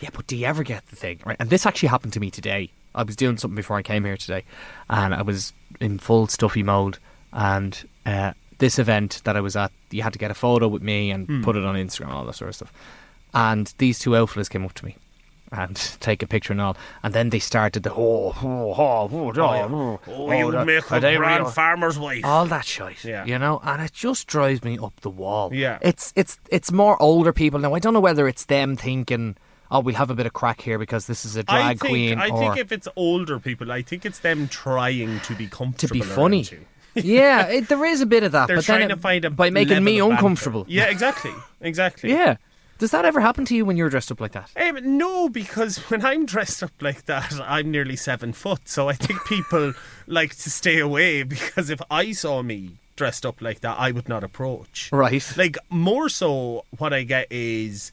[SPEAKER 2] Yeah, but do you ever get the thing? Right, and this actually happened to me today. I was doing something before I came here today, and I was in full stuffy mode. And uh, this event that I was at, you had to get a photo with me and put it on Instagram, and all that sort of stuff. And these two outfielders came up to me and take a picture and all. And then they started the oh, oh, oh, oh, oh,
[SPEAKER 1] Oh, you
[SPEAKER 2] that-
[SPEAKER 1] make
[SPEAKER 2] are
[SPEAKER 1] a
[SPEAKER 2] they
[SPEAKER 1] grand
[SPEAKER 2] real?" Oh,
[SPEAKER 1] farmer's wife.
[SPEAKER 2] all that shit.
[SPEAKER 1] Yeah.
[SPEAKER 2] You know, and it just drives me up the wall.
[SPEAKER 1] Yeah.
[SPEAKER 2] It's it's it's more older people now. I don't know whether it's them thinking, oh, we'll have a bit of crack here because this is a drag
[SPEAKER 1] I think,
[SPEAKER 2] queen
[SPEAKER 1] I
[SPEAKER 2] or
[SPEAKER 1] think if it's older people, I think it's them trying to be
[SPEAKER 2] to
[SPEAKER 1] comfortable.
[SPEAKER 2] be
[SPEAKER 1] around
[SPEAKER 2] funny.
[SPEAKER 1] you.
[SPEAKER 2] yeah, it, there is a bit of that.
[SPEAKER 1] They're
[SPEAKER 2] but
[SPEAKER 1] trying
[SPEAKER 2] then
[SPEAKER 1] to
[SPEAKER 2] it-
[SPEAKER 1] find a
[SPEAKER 2] by making
[SPEAKER 1] level
[SPEAKER 2] me
[SPEAKER 1] of banter.
[SPEAKER 2] uncomfortable.
[SPEAKER 1] Yeah, exactly, exactly.
[SPEAKER 2] Yeah. Does that ever happen to you when you're dressed up like that?
[SPEAKER 1] Um, no, because when I'm dressed up like that, I'm nearly seven foot, so I think people like to stay away because if I saw me dressed up like that, I would not approach.
[SPEAKER 2] Right.
[SPEAKER 1] Like more so, what I get is,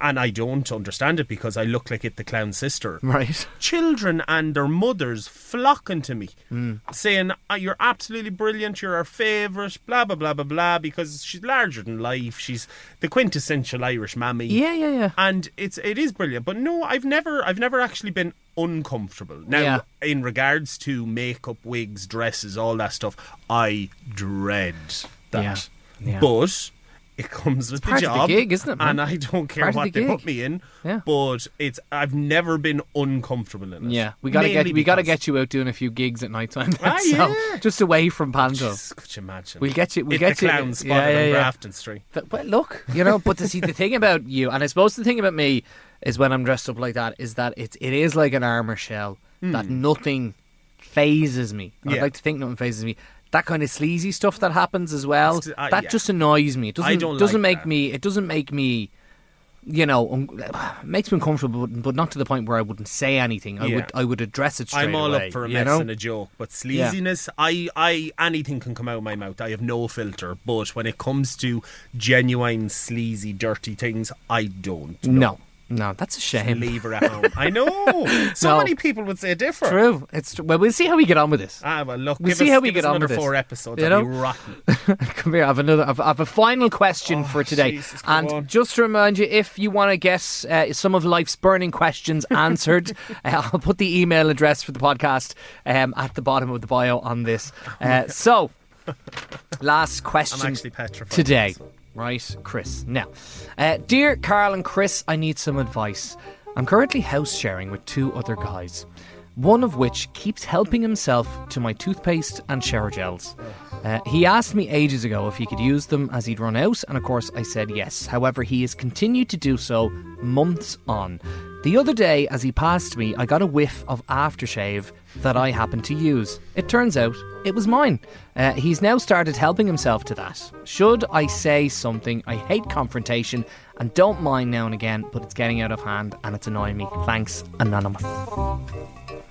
[SPEAKER 1] and I don't understand it because I look like it the clown sister.
[SPEAKER 2] Right.
[SPEAKER 1] Children and their mothers flocking to me, saying "Ah, you're absolutely brilliant, you're our favourite, blah blah blah blah blah, because she's larger than life, she's the quintessential Irish mammy
[SPEAKER 2] Yeah, yeah, yeah.
[SPEAKER 1] and it's it is brilliant. But no, I've never I've never actually been uncomfortable. Now,
[SPEAKER 2] Yeah.
[SPEAKER 1] in regards to makeup, wigs, dresses, all that stuff, I dread that.
[SPEAKER 2] Yeah. Yeah.
[SPEAKER 1] But it comes with
[SPEAKER 2] part
[SPEAKER 1] the
[SPEAKER 2] of the
[SPEAKER 1] job,
[SPEAKER 2] gig, isn't it, man?
[SPEAKER 1] And I don't care
[SPEAKER 2] Part of
[SPEAKER 1] what
[SPEAKER 2] the
[SPEAKER 1] they put
[SPEAKER 2] gig.
[SPEAKER 1] me in.
[SPEAKER 2] Yeah.
[SPEAKER 1] But it's I've never been uncomfortable in it.
[SPEAKER 2] Yeah, we gotta get
[SPEAKER 1] Mainly
[SPEAKER 2] we gotta
[SPEAKER 1] because-
[SPEAKER 2] get you out doing a few gigs at night time.
[SPEAKER 1] Ah,
[SPEAKER 2] so,
[SPEAKER 1] yeah.
[SPEAKER 2] Just away from Panto.
[SPEAKER 1] Jesus, could you imagine?
[SPEAKER 2] We'll get you- we'll
[SPEAKER 1] It
[SPEAKER 2] get
[SPEAKER 1] the
[SPEAKER 2] you-
[SPEAKER 1] clown
[SPEAKER 2] yeah,
[SPEAKER 1] spotted
[SPEAKER 2] yeah,
[SPEAKER 1] on
[SPEAKER 2] yeah.
[SPEAKER 1] Grafton Street.
[SPEAKER 2] But, well, look, you know. But to see the thing about you, and I suppose the thing about me is when I'm dressed up like that, is that it's it is like an armor shell that nothing phases me. I'd
[SPEAKER 1] Hmm. Yeah.
[SPEAKER 2] like to think nothing phases me. That kind of sleazy stuff that happens as well,
[SPEAKER 1] It's- uh,
[SPEAKER 2] that
[SPEAKER 1] yeah.
[SPEAKER 2] just annoys me. It doesn't
[SPEAKER 1] I don't like
[SPEAKER 2] doesn't make
[SPEAKER 1] that.
[SPEAKER 2] me. It doesn't make me. You know, un- makes me uncomfortable, but, but not to the point where I wouldn't say anything. I
[SPEAKER 1] Yeah.
[SPEAKER 2] would I would address it straight
[SPEAKER 1] I'm all
[SPEAKER 2] away,
[SPEAKER 1] up for a
[SPEAKER 2] you
[SPEAKER 1] mess
[SPEAKER 2] know?
[SPEAKER 1] and a joke, but sleaziness, I, I, anything can come out of my mouth. I have no filter. But when it comes to genuine sleazy, dirty things, I don't.
[SPEAKER 2] No, no, that's a shame.
[SPEAKER 1] Leave her at home. I know. So
[SPEAKER 2] No.
[SPEAKER 1] many people would say different.
[SPEAKER 2] True. It's tr- well. We'll see how we get on with this.
[SPEAKER 1] Ah, well, look.
[SPEAKER 2] We'll
[SPEAKER 1] give
[SPEAKER 2] see
[SPEAKER 1] us,
[SPEAKER 2] how we
[SPEAKER 1] give us
[SPEAKER 2] get on
[SPEAKER 1] another
[SPEAKER 2] with this,
[SPEAKER 1] four episodes.
[SPEAKER 2] you
[SPEAKER 1] That'd be
[SPEAKER 2] know?
[SPEAKER 1] rotten.
[SPEAKER 2] Come here. I've another. I've, I've a final question for today,
[SPEAKER 1] Oh, Jesus, go
[SPEAKER 2] and
[SPEAKER 1] on.
[SPEAKER 2] just to remind you, if you want to guess uh, some of life's burning questions answered, uh, I'll put the email address for the podcast um, at the bottom of the bio on this.
[SPEAKER 1] Oh
[SPEAKER 2] Uh, so, last
[SPEAKER 1] I'm
[SPEAKER 2] question
[SPEAKER 1] actually petrified.
[SPEAKER 2] today, right, Chris? Now, uh, dear Carl and Chris, I need some advice. I'm currently house sharing with two other guys, one of which keeps helping himself to my toothpaste and shower gels. Uh, he asked me ages ago if he could use them as he'd run out, and of course I said yes. However, he has continued to do so months on. The other day, as he passed me, I got a whiff of aftershave that I happened to use. It turns out it was mine. Uh, he's now started helping himself to that. Should I say something? I hate confrontation and don't mind now and again, but it's getting out of hand and it's annoying me. Thanks, Anonymous.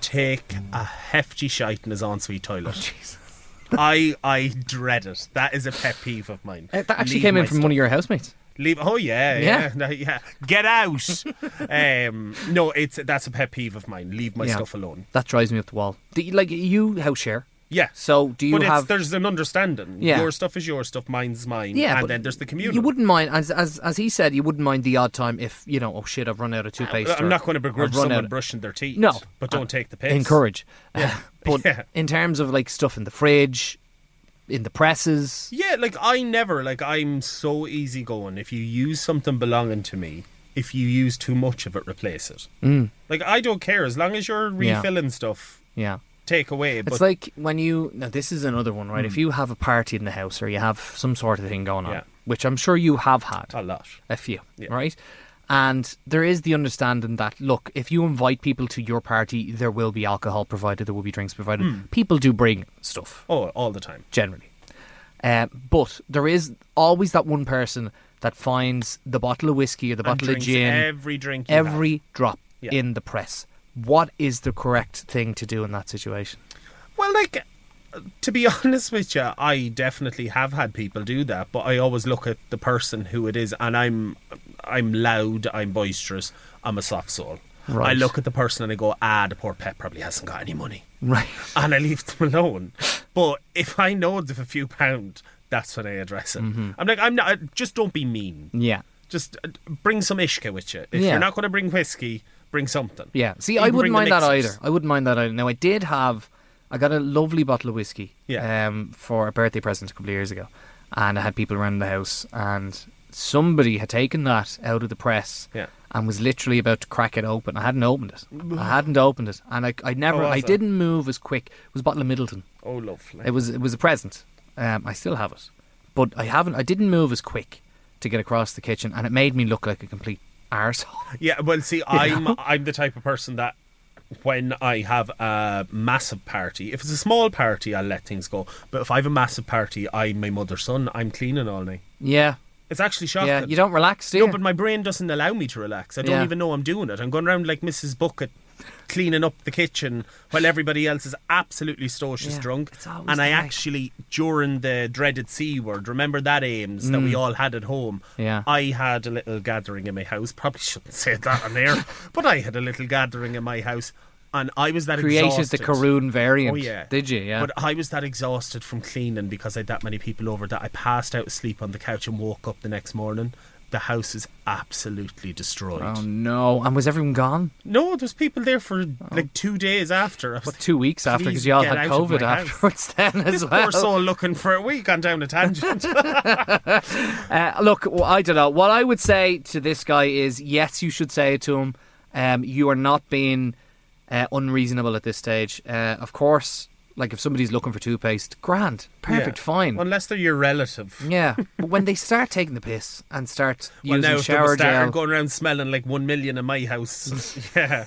[SPEAKER 1] Take a hefty shite in his ensuite toilet. I I dread it. That is a pet peeve of mine.
[SPEAKER 2] Uh, that actually
[SPEAKER 1] Leave
[SPEAKER 2] came in
[SPEAKER 1] my
[SPEAKER 2] from one of your housemates.
[SPEAKER 1] Leave. Oh yeah,
[SPEAKER 2] Yeah.
[SPEAKER 1] yeah, no, yeah. Get out. um, no, it's that's a pet peeve of mine. Leave my
[SPEAKER 2] Yeah.
[SPEAKER 1] stuff alone.
[SPEAKER 2] That drives me up the wall. Do you- like, you house share.
[SPEAKER 1] Yeah.
[SPEAKER 2] So do you
[SPEAKER 1] but
[SPEAKER 2] have.
[SPEAKER 1] it's, there's an understanding.
[SPEAKER 2] Yeah.
[SPEAKER 1] Your stuff is your stuff. Mine's mine.
[SPEAKER 2] Yeah,
[SPEAKER 1] and
[SPEAKER 2] but
[SPEAKER 1] then there's the communal.
[SPEAKER 2] You wouldn't mind, as, as as he said, you wouldn't mind the odd time if you know, oh shit, I've run out of toothpaste.
[SPEAKER 1] I'm
[SPEAKER 2] or-
[SPEAKER 1] not going to
[SPEAKER 2] I've
[SPEAKER 1] begrudge
[SPEAKER 2] run
[SPEAKER 1] someone
[SPEAKER 2] out-
[SPEAKER 1] brushing their teeth.
[SPEAKER 2] No. Uh,
[SPEAKER 1] but don't take the piss.
[SPEAKER 2] encourage. Uh, but
[SPEAKER 1] Yeah.
[SPEAKER 2] in terms of like stuff in the fridge, in the presses.
[SPEAKER 1] Yeah, like I never like I'm so easygoing. If you use something belonging to me, if you use too much of it, replace it.
[SPEAKER 2] Mm,
[SPEAKER 1] Like I don't care as long as you're
[SPEAKER 2] Yeah.
[SPEAKER 1] refilling stuff.
[SPEAKER 2] yeah.
[SPEAKER 1] Take away, but Hmm.
[SPEAKER 2] It's like when you now this is another one, right? If you have a party in the house or you have some sort of thing going on,
[SPEAKER 1] Yeah.
[SPEAKER 2] which I'm sure you have had
[SPEAKER 1] a lot.
[SPEAKER 2] a few,
[SPEAKER 1] Yeah.
[SPEAKER 2] right? And there is the understanding that look, if you invite people to your party, there will be alcohol provided, there will be drinks provided.
[SPEAKER 1] Hmm.
[SPEAKER 2] People do bring stuff
[SPEAKER 1] Oh, all the time.
[SPEAKER 2] generally, uh, but there is always that one person that finds the bottle of whiskey or the
[SPEAKER 1] And
[SPEAKER 2] bottle of
[SPEAKER 1] drinks
[SPEAKER 2] gin,
[SPEAKER 1] every drink, you have.
[SPEAKER 2] every drop
[SPEAKER 1] Yeah.
[SPEAKER 2] in the press. What is the correct thing to do in that situation?
[SPEAKER 1] Well, like to be honest with you, I definitely have had people do that, but I always look at the person who it is, and I'm I'm loud, I'm boisterous, I'm a soft soul. I
[SPEAKER 2] Right.
[SPEAKER 1] look at the person and I go, ah, the poor pet probably hasn't got any money,
[SPEAKER 2] Right.
[SPEAKER 1] and I leave them alone. But if I know they've a few pound, that's when I address it.
[SPEAKER 2] Mm-hmm.
[SPEAKER 1] I'm like, I'm not. Just don't be mean.
[SPEAKER 2] Yeah.
[SPEAKER 1] Just uh, bring some ishka with you. If
[SPEAKER 2] Yeah.
[SPEAKER 1] you're not going to bring whiskey, bring something.
[SPEAKER 2] Yeah. See,
[SPEAKER 1] You
[SPEAKER 2] I
[SPEAKER 1] can
[SPEAKER 2] wouldn't
[SPEAKER 1] bring
[SPEAKER 2] mind
[SPEAKER 1] the
[SPEAKER 2] that either.
[SPEAKER 1] mixers.
[SPEAKER 2] I wouldn't mind that either. Now, I did have, I got a lovely bottle of whiskey
[SPEAKER 1] Yeah.
[SPEAKER 2] um, for a birthday present a couple of years ago. And I had people around the house, and somebody had taken that out of the press
[SPEAKER 1] Yeah.
[SPEAKER 2] and was literally about to crack it open. I hadn't opened it. I hadn't opened it. And I, I never,
[SPEAKER 1] was
[SPEAKER 2] I
[SPEAKER 1] it?
[SPEAKER 2] didn't move as quick. It was a bottle of Middleton.
[SPEAKER 1] Oh, lovely.
[SPEAKER 2] It was it was a present. Um, I still have it, but I haven't. I didn't move as quick to get across the kitchen, and it made me look like a complete arsehole.
[SPEAKER 1] Yeah, well, see, I'm I'm the type of person that when I have a massive party, if it's a small party, I'll let things go. But if I have a massive party, I'm my mother's son. I'm cleaning all night.
[SPEAKER 2] Yeah,
[SPEAKER 1] It's actually shocking.
[SPEAKER 2] yeah. You don't relax, do you?
[SPEAKER 1] No, but my brain doesn't allow me to relax. I don't
[SPEAKER 2] Yeah.
[SPEAKER 1] even know I'm doing it. I'm going around like Mrs. Bucket, cleaning up the kitchen while everybody else is absolutely stocious
[SPEAKER 2] Yeah,
[SPEAKER 1] drunk.
[SPEAKER 2] it's always
[SPEAKER 1] And
[SPEAKER 2] the
[SPEAKER 1] I
[SPEAKER 2] way.
[SPEAKER 1] actually, during the dreaded C word, remember that Ames that we all had at home?
[SPEAKER 2] Mm. Yeah.
[SPEAKER 1] I had a little gathering in my house. Probably shouldn't say that on air, but I had a little gathering in my house. And I was that
[SPEAKER 2] Created
[SPEAKER 1] exhausted.
[SPEAKER 2] the Caroon variant.
[SPEAKER 1] Oh yeah,
[SPEAKER 2] did you? Yeah.
[SPEAKER 1] But I was that exhausted from cleaning because I had that many people over that I passed out asleep on the couch and woke up the next morning. The house is absolutely destroyed.
[SPEAKER 2] oh no! And was everyone gone?
[SPEAKER 1] No, there's people there for like two days after. I was
[SPEAKER 2] What two weeks after?
[SPEAKER 1] Please
[SPEAKER 2] Because you all
[SPEAKER 1] get
[SPEAKER 2] had
[SPEAKER 1] out of
[SPEAKER 2] COVID
[SPEAKER 1] my house.
[SPEAKER 2] afterwards. Then as
[SPEAKER 1] like,
[SPEAKER 2] well.
[SPEAKER 1] poor soul looking for it. We gone down a tangent.
[SPEAKER 2] Uh, look, w- I don't know. What I would say to this guy is, yes, you should say it to him. Um, you are not being uh, unreasonable at this stage. Uh, of course, like if somebody's looking for toothpaste, grand, perfect,
[SPEAKER 1] Yeah.
[SPEAKER 2] fine.
[SPEAKER 1] Unless they're your relative.
[SPEAKER 2] yeah, but when they start taking the piss and start
[SPEAKER 1] Well,
[SPEAKER 2] using
[SPEAKER 1] now if they
[SPEAKER 2] shower
[SPEAKER 1] were starting
[SPEAKER 2] gel,
[SPEAKER 1] going around smelling like one million in my house, yeah,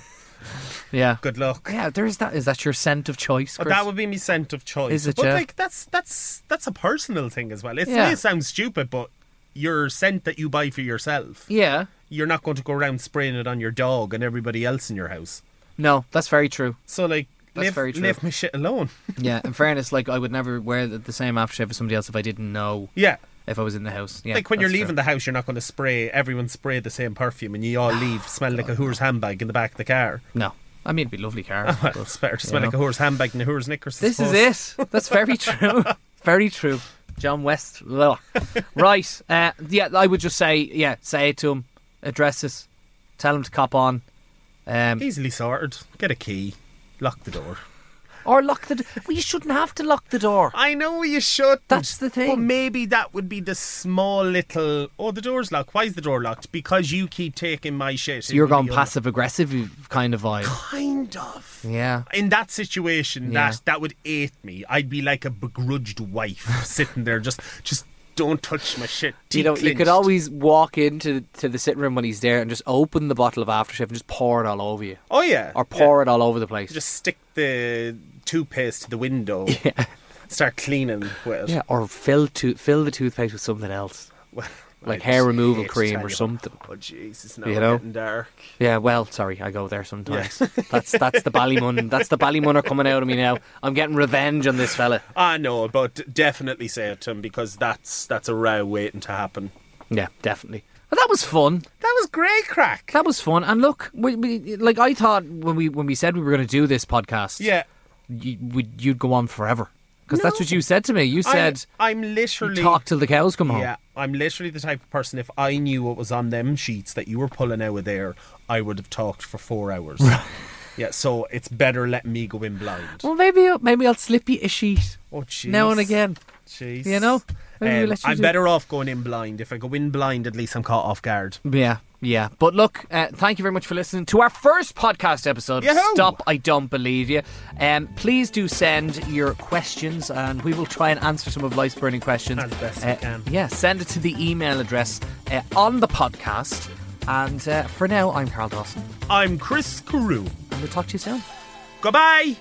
[SPEAKER 2] yeah,
[SPEAKER 1] good luck.
[SPEAKER 2] yeah, there's that. Is that your scent of choice?
[SPEAKER 1] But
[SPEAKER 2] Chris?
[SPEAKER 1] that would be my scent of choice.
[SPEAKER 2] Is it,
[SPEAKER 1] but
[SPEAKER 2] yeah?
[SPEAKER 1] like that's that's that's a personal thing as well. It's,
[SPEAKER 2] Yeah.
[SPEAKER 1] It sounds stupid, but your scent that you buy for yourself,
[SPEAKER 2] yeah,
[SPEAKER 1] you're not going to go around spraying it on your dog and everybody else in your house.
[SPEAKER 2] no, that's very true.
[SPEAKER 1] So like,
[SPEAKER 2] That's
[SPEAKER 1] leave,
[SPEAKER 2] very true.
[SPEAKER 1] leave my shit alone.
[SPEAKER 2] Yeah, in fairness, like I would never wear the, the same aftershave as somebody else if I didn't know
[SPEAKER 1] yeah.
[SPEAKER 2] if I was in the house. Yeah,
[SPEAKER 1] like when you're
[SPEAKER 2] that's
[SPEAKER 1] leaving
[SPEAKER 2] true.
[SPEAKER 1] the house, you're not going to spray everyone spray the same perfume, and you all leave smelling like a whore's handbag in the back of the car.
[SPEAKER 2] No, I mean it'd be lovely, Cara.
[SPEAKER 1] Well, it's better to smell
[SPEAKER 2] You
[SPEAKER 1] like a whore's handbag than a whore's knickers. I
[SPEAKER 2] This is
[SPEAKER 1] suppose.
[SPEAKER 2] it. That's very true. very true. John West. Ugh. right. Uh, yeah, I would just say, yeah, say it to him. Address it. Tell him to cop on. Um,
[SPEAKER 1] Easily sorted. Get a key. Lock the door.
[SPEAKER 2] or lock the. Do- well, you shouldn't have to lock the door.
[SPEAKER 1] I know you should.
[SPEAKER 2] That's the
[SPEAKER 1] But
[SPEAKER 2] thing.
[SPEAKER 1] maybe that would be the small little. Oh, the door's locked. Why is the door locked? Because you keep taking my shit. It
[SPEAKER 2] You're
[SPEAKER 1] would
[SPEAKER 2] going
[SPEAKER 1] be un-
[SPEAKER 2] passive aggressive kind of vibe.
[SPEAKER 1] Kind of.
[SPEAKER 2] Yeah.
[SPEAKER 1] In that situation,
[SPEAKER 2] Yeah.
[SPEAKER 1] that that would ate me. I'd be like a begrudged wife sitting there, just just don't touch my shit.
[SPEAKER 2] You know, you
[SPEAKER 1] Teeth
[SPEAKER 2] could
[SPEAKER 1] clenched.
[SPEAKER 2] always walk into to the sitting room when he's there and just open the bottle of aftershave and just pour it all over you,
[SPEAKER 1] Oh yeah.
[SPEAKER 2] or
[SPEAKER 1] Yeah.
[SPEAKER 2] pour it all over the place.
[SPEAKER 1] Just stick the toothpaste to the window. Start cleaning with it.
[SPEAKER 2] yeah, or fill to fill the toothpaste with something else.
[SPEAKER 1] Well,
[SPEAKER 2] Like
[SPEAKER 1] I
[SPEAKER 2] hair
[SPEAKER 1] just
[SPEAKER 2] removal
[SPEAKER 1] hate to
[SPEAKER 2] cream
[SPEAKER 1] tell
[SPEAKER 2] or
[SPEAKER 1] you.
[SPEAKER 2] something.
[SPEAKER 1] Oh Jesus, now
[SPEAKER 2] You
[SPEAKER 1] you
[SPEAKER 2] know?
[SPEAKER 1] know? getting dark.
[SPEAKER 2] Yeah, well, sorry, I go there sometimes. that's that's the Ballymun. That's the Ballymunner coming out of me now. I'm getting revenge on this fella.
[SPEAKER 1] I know, Ah, but definitely say it to him because that's that's a row waiting to happen.
[SPEAKER 2] Yeah, definitely. But that was fun.
[SPEAKER 1] That was great crack.
[SPEAKER 2] That was fun. And look, we, we, like I thought when we when we said we were going to do this podcast,
[SPEAKER 1] Yeah,
[SPEAKER 2] you, we, you'd go on forever because that's what you said to me. You
[SPEAKER 1] I-
[SPEAKER 2] said
[SPEAKER 1] I'm,
[SPEAKER 2] you
[SPEAKER 1] literally
[SPEAKER 2] talk till the cows come home.
[SPEAKER 1] Yeah, I'm literally the type of person. If I knew what was on them sheets that you were pulling out of there, I would have talked for four hours. yeah, so it's better let me go in blind.
[SPEAKER 2] Well, maybe I'll- maybe I'll slip you a sheet
[SPEAKER 1] Oh jeez.
[SPEAKER 2] now and again.
[SPEAKER 1] Jeez.
[SPEAKER 2] You know? Maybe we
[SPEAKER 1] Um,
[SPEAKER 2] let you
[SPEAKER 1] I'm
[SPEAKER 2] do-
[SPEAKER 1] better off going in blind. If I go in blind, at least I'm caught off guard.
[SPEAKER 2] Yeah, yeah. But look, uh, thank you very much for listening to our first podcast episode. of
[SPEAKER 1] Yahoo!
[SPEAKER 2] Stop, I don't believe you. Um, please do send your questions, and we will try and answer some of life's burning questions
[SPEAKER 1] As best we
[SPEAKER 2] Uh,
[SPEAKER 1] can.
[SPEAKER 2] Yeah, send it to the email address uh, on the podcast. And uh, for now, I'm Carl Dawson,
[SPEAKER 1] I'm Chris Carew.
[SPEAKER 2] and we'll talk to you soon.
[SPEAKER 1] Goodbye.